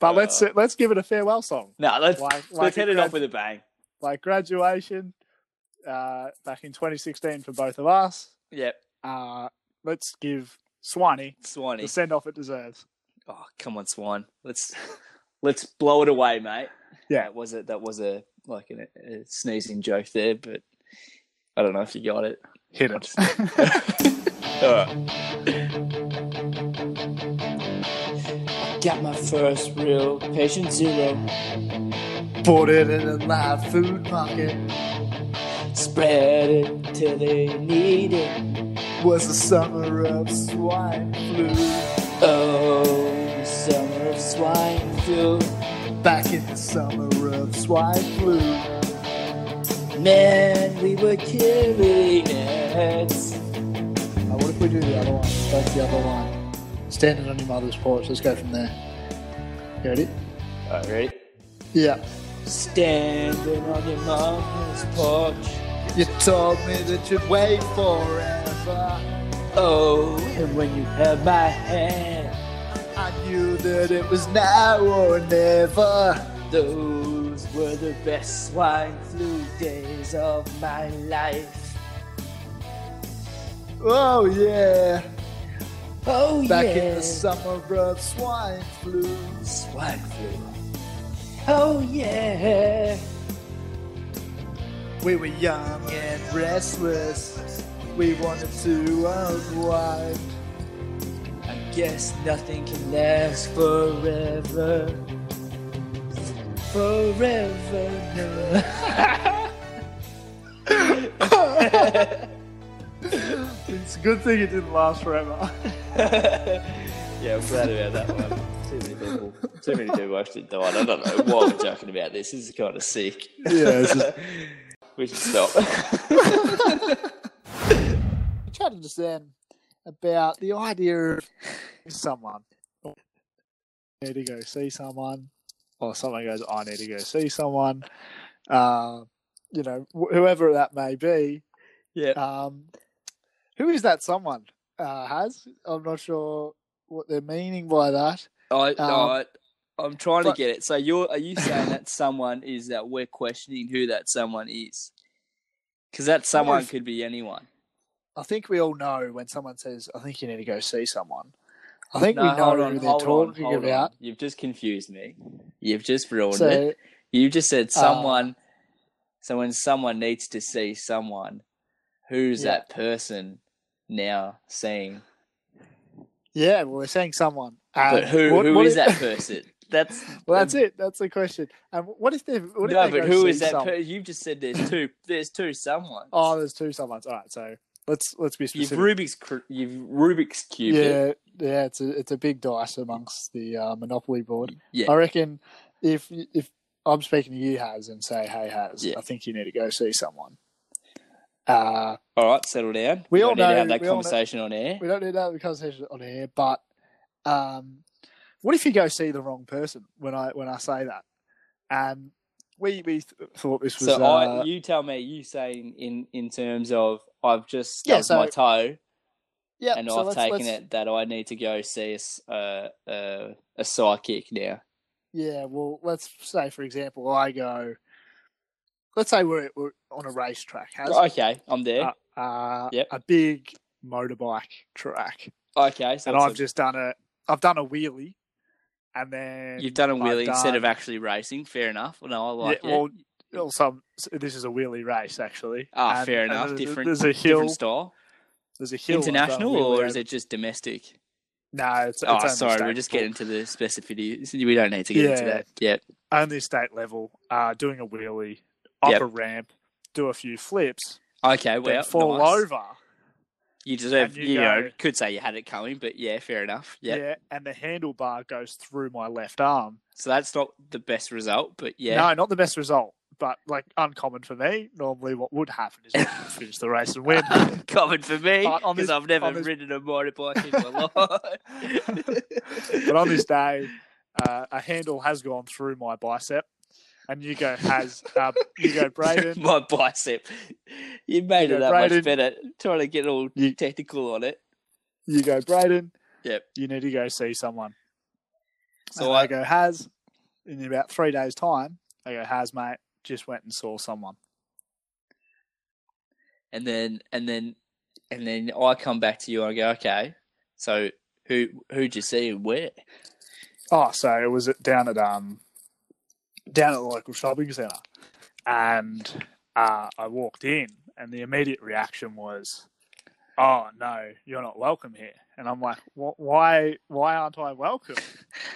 [SPEAKER 5] But let's let's give it a farewell song.
[SPEAKER 4] no, let's
[SPEAKER 5] Like- like
[SPEAKER 4] let's head
[SPEAKER 5] it
[SPEAKER 4] it off
[SPEAKER 5] goes-
[SPEAKER 4] with a bang.
[SPEAKER 5] like graduation uh, back in 2016 for both of us.
[SPEAKER 4] Yep,
[SPEAKER 5] Uh, let's give Swanee
[SPEAKER 4] Swanee.
[SPEAKER 5] the send off it deserves.
[SPEAKER 4] Oh, come on, Swan. Let's let's blow it away, mate.
[SPEAKER 5] Yeah.
[SPEAKER 4] that was it. That was a like an, a sneezing joke there, but I don't know if you got it.
[SPEAKER 5] Hit it.
[SPEAKER 4] All right.
[SPEAKER 6] got my first real patient zero.
[SPEAKER 5] Put it in a live food pocket.
[SPEAKER 6] Spread it till they need it.
[SPEAKER 5] Was the summer of swine flu.
[SPEAKER 6] Oh, summer of swine flu.
[SPEAKER 5] Back in the summer of swine flu.
[SPEAKER 6] Man, we were killing it.
[SPEAKER 5] Now, what if we do the other one? That's the other one. Standing on your mother's porch. Let's go from there. You ready?
[SPEAKER 4] All right.
[SPEAKER 5] Yeah.
[SPEAKER 6] Standing on your mama's porch.
[SPEAKER 5] You told me that you'd wait forever.
[SPEAKER 6] Oh, and when you held my hand,
[SPEAKER 5] I knew that it was now or never.
[SPEAKER 6] those were the best swine flu days of my life.
[SPEAKER 5] Oh yeah.
[SPEAKER 6] Oh
[SPEAKER 5] Back
[SPEAKER 6] yeah,
[SPEAKER 5] in the summer of swine flu.
[SPEAKER 6] swine flu. Oh yeah.
[SPEAKER 5] We were young and restless. We wanted to unwind.
[SPEAKER 6] I guess nothing can last forever. Forever. no.
[SPEAKER 5] It's a good thing it didn't last forever.
[SPEAKER 4] Yeah, I'm glad about that one. Too many people. Too many people actually died. I don't know why we're joking about this. This is kind of sick.
[SPEAKER 5] yeah, it's just
[SPEAKER 4] We should stop.
[SPEAKER 5] chatted to Sam about the idea of someone. I need to go see someone, or someone goes, I need to go see someone. Uh, you know, wh- whoever that may be.
[SPEAKER 4] Yeah.
[SPEAKER 5] Um, who is that someone? Uh, has I'm not sure what they're meaning by that.
[SPEAKER 4] I,
[SPEAKER 5] Um,
[SPEAKER 4] I, I'm trying to
[SPEAKER 5] but-
[SPEAKER 4] get it. So you're are you saying that someone is that we're questioning who that someone is? Because that someone
[SPEAKER 5] if-
[SPEAKER 4] could be anyone.
[SPEAKER 5] I think we all know when someone says, "I think you need to go see someone." I think
[SPEAKER 4] No,
[SPEAKER 5] we know
[SPEAKER 4] hold
[SPEAKER 5] who
[SPEAKER 4] on,
[SPEAKER 5] they're
[SPEAKER 4] hold on,
[SPEAKER 5] talking
[SPEAKER 4] hold on.
[SPEAKER 5] about.
[SPEAKER 4] You've just confused me. You've just ruined
[SPEAKER 5] So, um,
[SPEAKER 4] it. You just said someone. so when someone needs to see someone, who's
[SPEAKER 5] Yeah.
[SPEAKER 4] that person now seeing?
[SPEAKER 5] yeah, well, they're saying someone.
[SPEAKER 4] But
[SPEAKER 5] And
[SPEAKER 4] who
[SPEAKER 5] Uh, what-
[SPEAKER 4] who
[SPEAKER 5] what
[SPEAKER 4] is
[SPEAKER 5] if-
[SPEAKER 4] that person? That's
[SPEAKER 5] Well, that's it. That's the question. And what if they? What
[SPEAKER 4] no,
[SPEAKER 5] if they
[SPEAKER 4] but
[SPEAKER 5] go
[SPEAKER 4] who
[SPEAKER 5] see
[SPEAKER 4] is that?
[SPEAKER 5] some-
[SPEAKER 4] Per- you've just said there's two. There's two someone.
[SPEAKER 5] Oh, there's two someone's. All right, so let's let's be
[SPEAKER 4] you've
[SPEAKER 5] specific.
[SPEAKER 4] Rubik's cr- you've Rubik's cube. it.
[SPEAKER 5] yeah, yeah. It's a it's a big dice amongst the uh, Monopoly board.
[SPEAKER 4] Yeah.
[SPEAKER 5] I reckon if if I'm speaking to you, Has, and say, hey, Has,
[SPEAKER 4] Yeah.
[SPEAKER 5] I think you need to go see someone. Uh,
[SPEAKER 4] All right, settle down.
[SPEAKER 5] We
[SPEAKER 4] We
[SPEAKER 5] all
[SPEAKER 4] all need to
[SPEAKER 5] know-
[SPEAKER 4] have that
[SPEAKER 5] we all know-
[SPEAKER 4] conversation on air.
[SPEAKER 5] we don't need to have a conversation on here, but um, what if you go see the wrong person when I when I say that? And we we th- thought this was
[SPEAKER 4] So
[SPEAKER 5] uh,
[SPEAKER 4] I, you tell me, you saying in in terms of I've just stubbed
[SPEAKER 5] Yeah, so-
[SPEAKER 4] my toe
[SPEAKER 5] yeah,
[SPEAKER 4] and
[SPEAKER 5] so
[SPEAKER 4] I've
[SPEAKER 5] let's-
[SPEAKER 4] taken
[SPEAKER 5] let's-
[SPEAKER 4] it that I need to go see a s- uh, uh, a psychic now.
[SPEAKER 5] Yeah, well, let's say for example, I go. Let's say we're, we're on a racetrack, has
[SPEAKER 4] Okay, I'm there.
[SPEAKER 5] uh, uh,
[SPEAKER 4] Yep.
[SPEAKER 5] a big motorbike track,
[SPEAKER 4] okay, so
[SPEAKER 5] and
[SPEAKER 4] it's
[SPEAKER 5] I've
[SPEAKER 4] a-
[SPEAKER 5] just done a I've done a wheelie, and then
[SPEAKER 4] you've done a
[SPEAKER 5] I've
[SPEAKER 4] wheelie instead of
[SPEAKER 5] done-
[SPEAKER 4] actually racing. Fair enough. No, I like
[SPEAKER 5] yeah,
[SPEAKER 4] it.
[SPEAKER 5] well, well, some this is a wheelie race actually.
[SPEAKER 4] Ah,
[SPEAKER 5] And-
[SPEAKER 4] fair
[SPEAKER 5] and
[SPEAKER 4] enough.
[SPEAKER 5] there's-
[SPEAKER 4] Different,
[SPEAKER 5] There's a
[SPEAKER 4] different
[SPEAKER 5] hill.
[SPEAKER 4] style.
[SPEAKER 5] There's a hill. I've done a
[SPEAKER 4] International,
[SPEAKER 5] wheelie
[SPEAKER 4] or
[SPEAKER 5] over.
[SPEAKER 4] is it just domestic?
[SPEAKER 5] No, it's, it's
[SPEAKER 4] Oh,
[SPEAKER 5] only
[SPEAKER 4] sorry,
[SPEAKER 5] state
[SPEAKER 4] we're just
[SPEAKER 5] level.
[SPEAKER 4] getting to the specificity. We don't need to get into
[SPEAKER 5] Yeah.
[SPEAKER 4] that. Yep.
[SPEAKER 5] only state level. Uh, doing a wheelie up
[SPEAKER 4] Yep.
[SPEAKER 5] a ramp, do a few flips,
[SPEAKER 4] Okay,
[SPEAKER 5] then
[SPEAKER 4] well,
[SPEAKER 5] fall
[SPEAKER 4] nice.
[SPEAKER 5] over.
[SPEAKER 4] You deserve,
[SPEAKER 5] you
[SPEAKER 4] you,
[SPEAKER 5] go-
[SPEAKER 4] know, could say you had it coming, but yeah, fair enough. Yeah.
[SPEAKER 5] Yeah, and the handlebar goes through my left arm.
[SPEAKER 4] So that's not the best result, but yeah.
[SPEAKER 5] No, not the best result, but like uncommon for me. Normally, what would happen is I would finish the race and win.
[SPEAKER 4] Common for me
[SPEAKER 5] On- on
[SPEAKER 4] because
[SPEAKER 5] this-
[SPEAKER 4] I've never
[SPEAKER 5] on this-
[SPEAKER 4] ridden a motorbike in my life.
[SPEAKER 5] but on this day, uh, a handle has gone through my bicep, and you go has uh, you go Braden.
[SPEAKER 4] my bicep. You made
[SPEAKER 5] Yeah,
[SPEAKER 4] it that
[SPEAKER 5] Braden.
[SPEAKER 4] much better. Trying to get all
[SPEAKER 5] You-
[SPEAKER 4] technical on it.
[SPEAKER 5] You go Braden.
[SPEAKER 4] Yep.
[SPEAKER 5] You need to go see someone.
[SPEAKER 4] So
[SPEAKER 5] So
[SPEAKER 4] I-
[SPEAKER 5] I go has in about three days' time. I go has mate. Just went and saw someone.
[SPEAKER 4] And then and then and then I come back to you and I go, okay. So who who'd you see and where?
[SPEAKER 5] Oh, so it was at- down at um down at the local shopping centre, and uh, I walked in, and the immediate reaction was, "Oh no, you're not welcome here." And I'm like, "Wh- "Why? Why aren't I welcome?"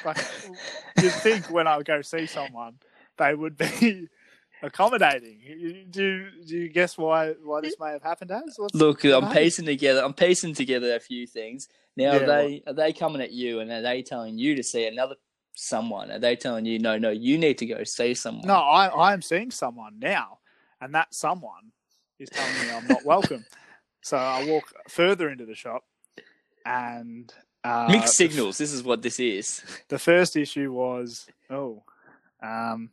[SPEAKER 5] Like, you'd think when I go see someone, they would be accommodating. You- Do you, do you guess why why this may have happened as? What's-
[SPEAKER 4] Look,
[SPEAKER 5] what
[SPEAKER 4] I'm
[SPEAKER 5] happened?
[SPEAKER 4] piecing together. I'm piecing together a few things. Now,
[SPEAKER 5] Yeah,
[SPEAKER 4] are they are they coming at you, and are they telling you to see another someone? Are they telling you, no, no, you need to go see someone?
[SPEAKER 5] No, I I am seeing someone now, and that someone is telling me I'm not welcome. So I walk further into the shop, and uh,
[SPEAKER 4] mixed signals. This is what this is.
[SPEAKER 5] The first issue was oh, um,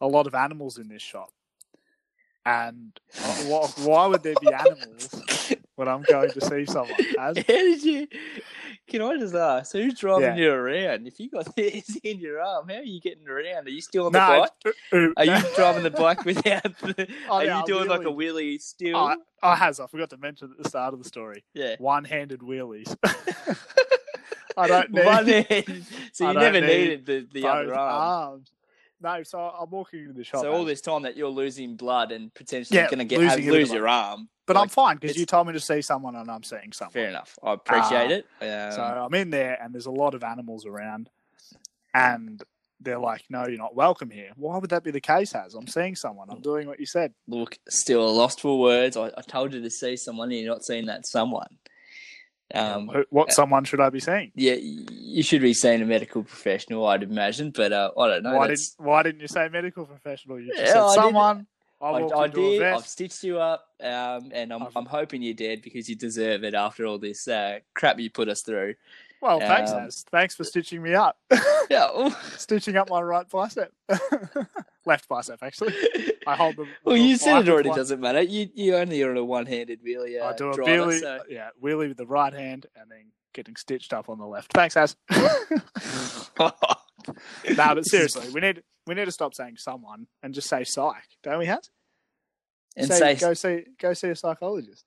[SPEAKER 5] a lot of animals in this shop, and why, why would there be animals when I'm going to see someone? As
[SPEAKER 4] How did you? Can I just ask who's driving
[SPEAKER 5] Yeah.
[SPEAKER 4] you around? If you got this in your arm, how are you getting around? Are you still on the
[SPEAKER 5] No,
[SPEAKER 4] bike? Are you driving the bike without? The,
[SPEAKER 5] Oh,
[SPEAKER 4] are
[SPEAKER 5] yeah,
[SPEAKER 4] you
[SPEAKER 5] I'm
[SPEAKER 4] doing like a wheelie still?
[SPEAKER 5] Oh, oh, has I forgot to mention at the start of the story.
[SPEAKER 4] yeah.
[SPEAKER 5] One-handed wheelies. I don't need
[SPEAKER 4] One hand. So
[SPEAKER 5] I
[SPEAKER 4] you
[SPEAKER 5] don't
[SPEAKER 4] never
[SPEAKER 5] need
[SPEAKER 4] needed the, the
[SPEAKER 5] both
[SPEAKER 4] other arm.
[SPEAKER 5] arms. um, No, so I'm walking into the shop.
[SPEAKER 4] So all
[SPEAKER 5] as-
[SPEAKER 4] this time that you're losing blood and potentially
[SPEAKER 5] Yeah,
[SPEAKER 4] going to get
[SPEAKER 5] losing
[SPEAKER 4] have-
[SPEAKER 5] a bit of
[SPEAKER 4] lose
[SPEAKER 5] blood.
[SPEAKER 4] your arm.
[SPEAKER 5] but I'm
[SPEAKER 4] like,
[SPEAKER 5] fine because
[SPEAKER 4] it's-
[SPEAKER 5] you told me to see someone and I'm seeing someone.
[SPEAKER 4] Fair enough. I appreciate it. Um,
[SPEAKER 5] So I'm in there and there's a lot of animals around, and they're like, "No, you're not welcome here." Why would that be the case? As I'm seeing someone, I'm doing what you said.
[SPEAKER 4] Look, still lost for words. I, I told you to see someone, and you're not seeing that someone. Um,
[SPEAKER 5] Who- what someone should I be seeing?
[SPEAKER 4] yeah, you should be seeing a medical professional, I'd imagine, but uh, I don't know.
[SPEAKER 5] why
[SPEAKER 4] that's-
[SPEAKER 5] didn't Why didn't you say medical professional? You just
[SPEAKER 4] Yeah, I
[SPEAKER 5] said
[SPEAKER 4] did-
[SPEAKER 5] someone. I,
[SPEAKER 4] I,
[SPEAKER 5] walked
[SPEAKER 4] I
[SPEAKER 5] into a
[SPEAKER 4] did.
[SPEAKER 5] vet.
[SPEAKER 4] I've stitched you up, um, and I'm,
[SPEAKER 5] I've-
[SPEAKER 4] I'm hoping you're dead because you deserve it after all this uh, crap you put us through.
[SPEAKER 5] Well, thanks,
[SPEAKER 4] Um,
[SPEAKER 5] Az. Thanks for stitching me up,
[SPEAKER 4] Yeah, well,
[SPEAKER 5] stitching up my right bicep, left bicep actually. I hold them.
[SPEAKER 4] well, you said it
[SPEAKER 5] I-
[SPEAKER 4] already
[SPEAKER 5] I-
[SPEAKER 4] doesn't matter. You you only are on a one-handed wheelie. Uh,
[SPEAKER 5] I do a
[SPEAKER 4] driver,
[SPEAKER 5] wheelie,
[SPEAKER 4] so-
[SPEAKER 5] yeah, wheelie with the right hand, and then getting stitched up on the left. Thanks, Az. nah, but seriously, we need we need to stop saying someone and just say psych, don't we, Has?
[SPEAKER 4] and
[SPEAKER 5] say,
[SPEAKER 4] say,
[SPEAKER 5] go see go see a psychologist.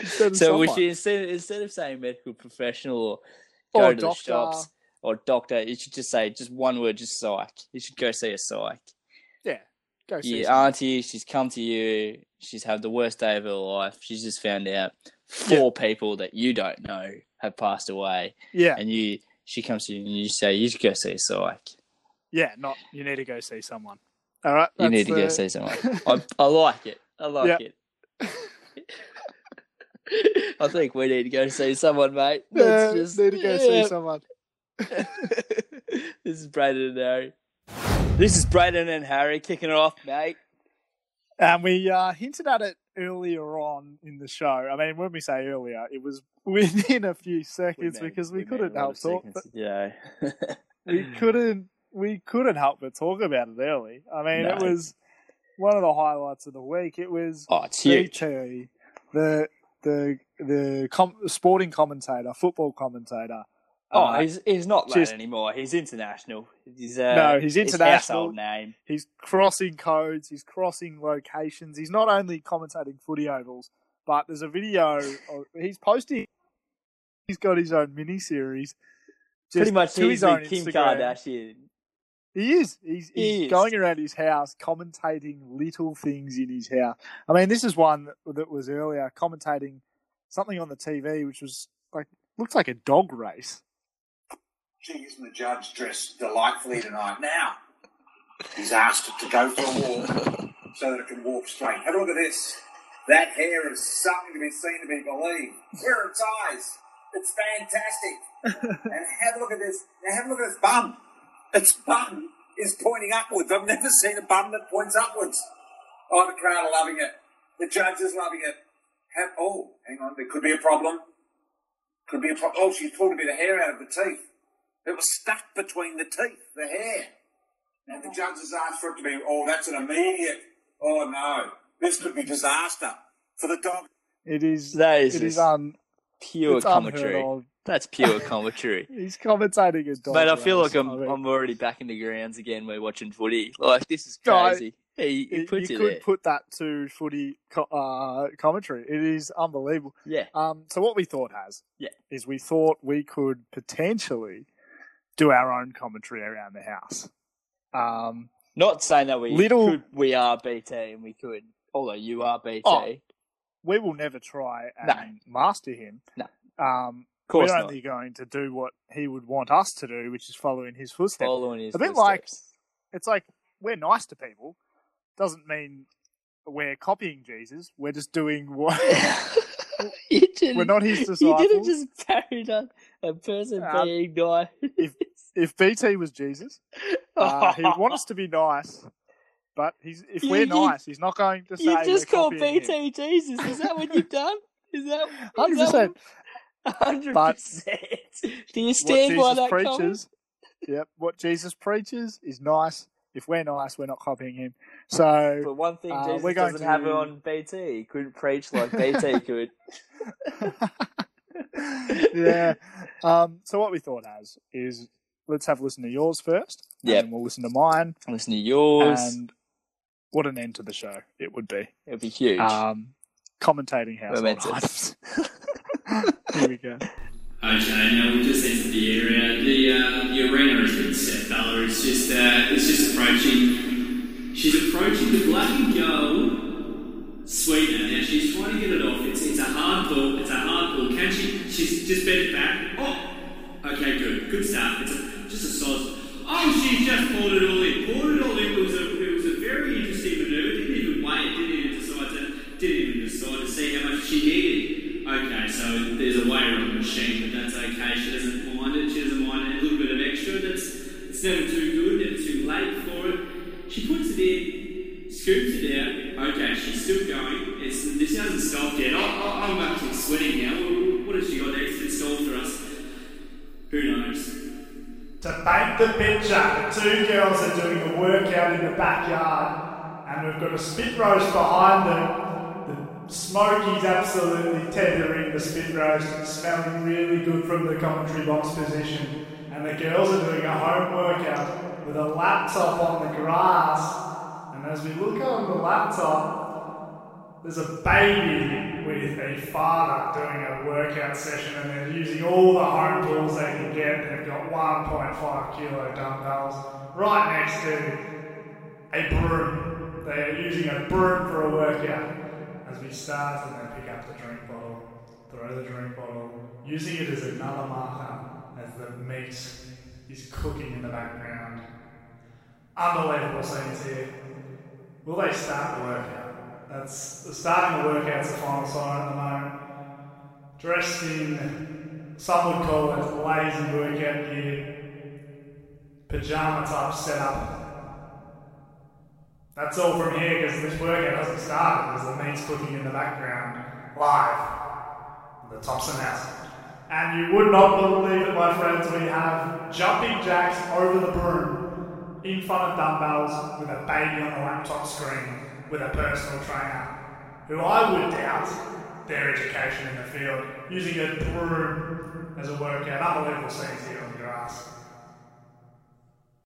[SPEAKER 5] Instead of
[SPEAKER 4] so we
[SPEAKER 5] someone.
[SPEAKER 4] should instead instead of saying medical professional or go
[SPEAKER 5] Or
[SPEAKER 4] to
[SPEAKER 5] doctor.
[SPEAKER 4] the shops or doctor, you should just say just one word, just psych. You should go see a psych.
[SPEAKER 5] yeah, go see.
[SPEAKER 4] Your
[SPEAKER 5] someone.
[SPEAKER 4] auntie, she's come to you. She's had the worst day of her life. She's just found out four people that you don't know have passed away,
[SPEAKER 5] yeah,
[SPEAKER 4] and you. She comes to you and you say you should go see a psych.
[SPEAKER 5] yeah. Not you need to go see someone. All right,
[SPEAKER 4] You need
[SPEAKER 5] that's
[SPEAKER 4] to go
[SPEAKER 5] the-
[SPEAKER 4] see someone. I, I like it. I like it. I think we need to go see someone, mate.
[SPEAKER 5] Yeah,
[SPEAKER 4] Let's just
[SPEAKER 5] need to go see
[SPEAKER 4] yeah.
[SPEAKER 5] someone.
[SPEAKER 4] this is Braden and Harry. This is Braden and Harry kicking it off, mate.
[SPEAKER 5] And we uh, hinted at it earlier on in the show. I mean, when we say earlier, it was within a few seconds because we, couldn't help talk.
[SPEAKER 4] Yeah.
[SPEAKER 5] we couldn't we couldn't help but talk about it early. I mean, it
[SPEAKER 4] No.
[SPEAKER 5] was one of the highlights of the week. It was
[SPEAKER 4] oh, it's huge.
[SPEAKER 5] BT, the the the com- sporting commentator, football commentator.
[SPEAKER 4] Oh,
[SPEAKER 5] Uh,
[SPEAKER 4] he's he's not that
[SPEAKER 5] just-
[SPEAKER 4] anymore. He's international. He's uh,
[SPEAKER 5] No, he's
[SPEAKER 4] his
[SPEAKER 5] international.
[SPEAKER 4] household name.
[SPEAKER 5] he's crossing codes. He's crossing locations. He's not only commentating footy ovals, but there's a video. Of, he's posting. He's got his own mini series.
[SPEAKER 4] Pretty much, he's the Kim Kardashian.
[SPEAKER 5] He is. He's,
[SPEAKER 4] He
[SPEAKER 5] he's
[SPEAKER 4] is.
[SPEAKER 5] going around his house commentating little things in his house. I mean, this is one that, that was earlier commentating something on the TV, which was like looks like a dog race.
[SPEAKER 7] Gee, isn't the judge dressed delightfully tonight? Now, he's asked it to go for a walk so that it can walk straight. Have a look at this. That hair is something to be seen to be believed. Where are its eyes? It's fantastic. and have a look at this. Now have a look at its bum. Its bum is pointing upwards. I've never seen a bum that points upwards. Oh, the crowd are loving it. The judge is loving it. Have, oh, hang on. There could be a problem. Could be a problem. Oh, she pulled a bit of hair out of the teeth. It was stuck between the teeth, the hair. And the judge has asked for it to be, oh, that's an immediate, oh no, this could be disaster for the dog.
[SPEAKER 5] It is.
[SPEAKER 4] That is
[SPEAKER 5] it
[SPEAKER 4] just
[SPEAKER 5] is un,
[SPEAKER 4] Pure
[SPEAKER 5] it's unheard
[SPEAKER 4] commentary.
[SPEAKER 5] of.
[SPEAKER 4] That's pure commentary.
[SPEAKER 5] He's commentating a dog.
[SPEAKER 4] But I feel
[SPEAKER 5] race.
[SPEAKER 4] like I'm
[SPEAKER 5] I mean,
[SPEAKER 4] I'm already back in the grounds again. We're watching footy. Like this is
[SPEAKER 5] No, I-
[SPEAKER 4] crazy. he, he
[SPEAKER 5] you-
[SPEAKER 4] puts
[SPEAKER 5] you
[SPEAKER 4] it
[SPEAKER 5] could
[SPEAKER 4] there.
[SPEAKER 5] put that to footy co- uh, commentary. It is unbelievable.
[SPEAKER 4] yeah,
[SPEAKER 5] Um, so what we thought has
[SPEAKER 4] Yeah.
[SPEAKER 5] is we thought we could potentially do our own commentary around the house. Um,
[SPEAKER 4] not saying that we
[SPEAKER 5] Little-
[SPEAKER 4] could, we are BT and we could. Although you are BT,
[SPEAKER 5] Oh, we will never try and master him.
[SPEAKER 4] No.
[SPEAKER 5] Um,
[SPEAKER 4] Of course
[SPEAKER 5] we're
[SPEAKER 4] not.
[SPEAKER 5] only going to do what he would want us to do, which is follow in his footsteps.
[SPEAKER 4] Following his
[SPEAKER 5] a bit like
[SPEAKER 4] footsteps.
[SPEAKER 5] it's like we're nice to people doesn't mean we're copying Jesus. We're just doing what
[SPEAKER 4] You didn't,
[SPEAKER 5] we're not his
[SPEAKER 4] You
[SPEAKER 5] disciples.
[SPEAKER 4] didn't just parody a- a person
[SPEAKER 5] Um,
[SPEAKER 4] being nice.
[SPEAKER 5] if if BT was Jesus, uh, he'd want us to be nice. But he's if
[SPEAKER 4] You-
[SPEAKER 5] we're
[SPEAKER 4] you-
[SPEAKER 5] nice, he's not going to say
[SPEAKER 4] you just
[SPEAKER 5] we're
[SPEAKER 4] called
[SPEAKER 5] copying
[SPEAKER 4] BT Jesus. Is that what you've done? Is that is that
[SPEAKER 5] Hundred percent.
[SPEAKER 4] what- Hundred
[SPEAKER 5] But-
[SPEAKER 4] percent. Do you
[SPEAKER 5] What
[SPEAKER 4] stand by
[SPEAKER 5] Jesus
[SPEAKER 4] that comment?
[SPEAKER 5] preaches, yep. What Jesus preaches is nice. If we're nice, we're not copying him. So
[SPEAKER 4] But one thing
[SPEAKER 5] Uh,
[SPEAKER 4] Jesus
[SPEAKER 5] we're going
[SPEAKER 4] doesn't have
[SPEAKER 5] to-
[SPEAKER 4] on BT. He couldn't preach like BT could.
[SPEAKER 5] yeah. Um, so what we thought as is let's have a listen to yours first. and
[SPEAKER 4] Yep.
[SPEAKER 5] then we'll listen to mine.
[SPEAKER 4] Listen to yours.
[SPEAKER 5] And what an end to the show it would be.
[SPEAKER 4] It'd be huge.
[SPEAKER 5] Um, commentating household
[SPEAKER 4] Momentous.
[SPEAKER 5] items. Here we go.
[SPEAKER 8] Okay, now we'll just enter the area. The, uh, the arena has been set, fella. It's just uh, it's just approaching. She's approaching the black and gold sweetener. Now she's trying to get it off. It's it's a hard pull. It's a hard pull. Can she? She's just bent it back. Oh, okay, good, good start. It's a, just a solid. Oh, she's just pulled it all in. Pulled it all in. It was a it was a very interesting maneuver. Didn't even wait. Didn't even decide to didn't even decide to see how much she needed. Okay, so there's a way around the machine, but that's okay. She doesn't mind it. She doesn't mind it. A little bit of extra. That's it's never too good, never too late for it. She puts it in, scoops it out. Okay, she's still going. It's this hasn't stopped yet. I, I, I'm actually sweating now. What, what has she got next in store for us? Who knows?
[SPEAKER 9] To paint the picture, the two girls are doing a workout in the backyard, and we've got a spit roast behind them. The smoke is absolutely tethering the spit roast, it's smelling really good from the commentary box position. And the girls are doing a home workout with a laptop on the grass. And as we look on the laptop, there's a baby with a father doing a workout session and they're using all the home tools they can get. They've got 1.5 kilo dumbbells right next to a broom. They are using a broom for a workout. As we start and then pick up the drink bottle, throw the drink bottle, using it as another marker as the meat is cooking in the background. Unbelievable scenes here. Will they start the workout? That's the starting the workout's the final sign at the moment. Dressed in some would call it lazy workout gear, pajama type setup. That's all from here because this workout doesn't start because the meat's cooking in the background live in the Thompson House. And you would not believe it, my friends, we have jumping jacks over the broom in front of dumbbells with a baby on a laptop screen with a personal trainer who I would doubt their education in the field using a broom as a workout. Unbelievable scenes here on the grass.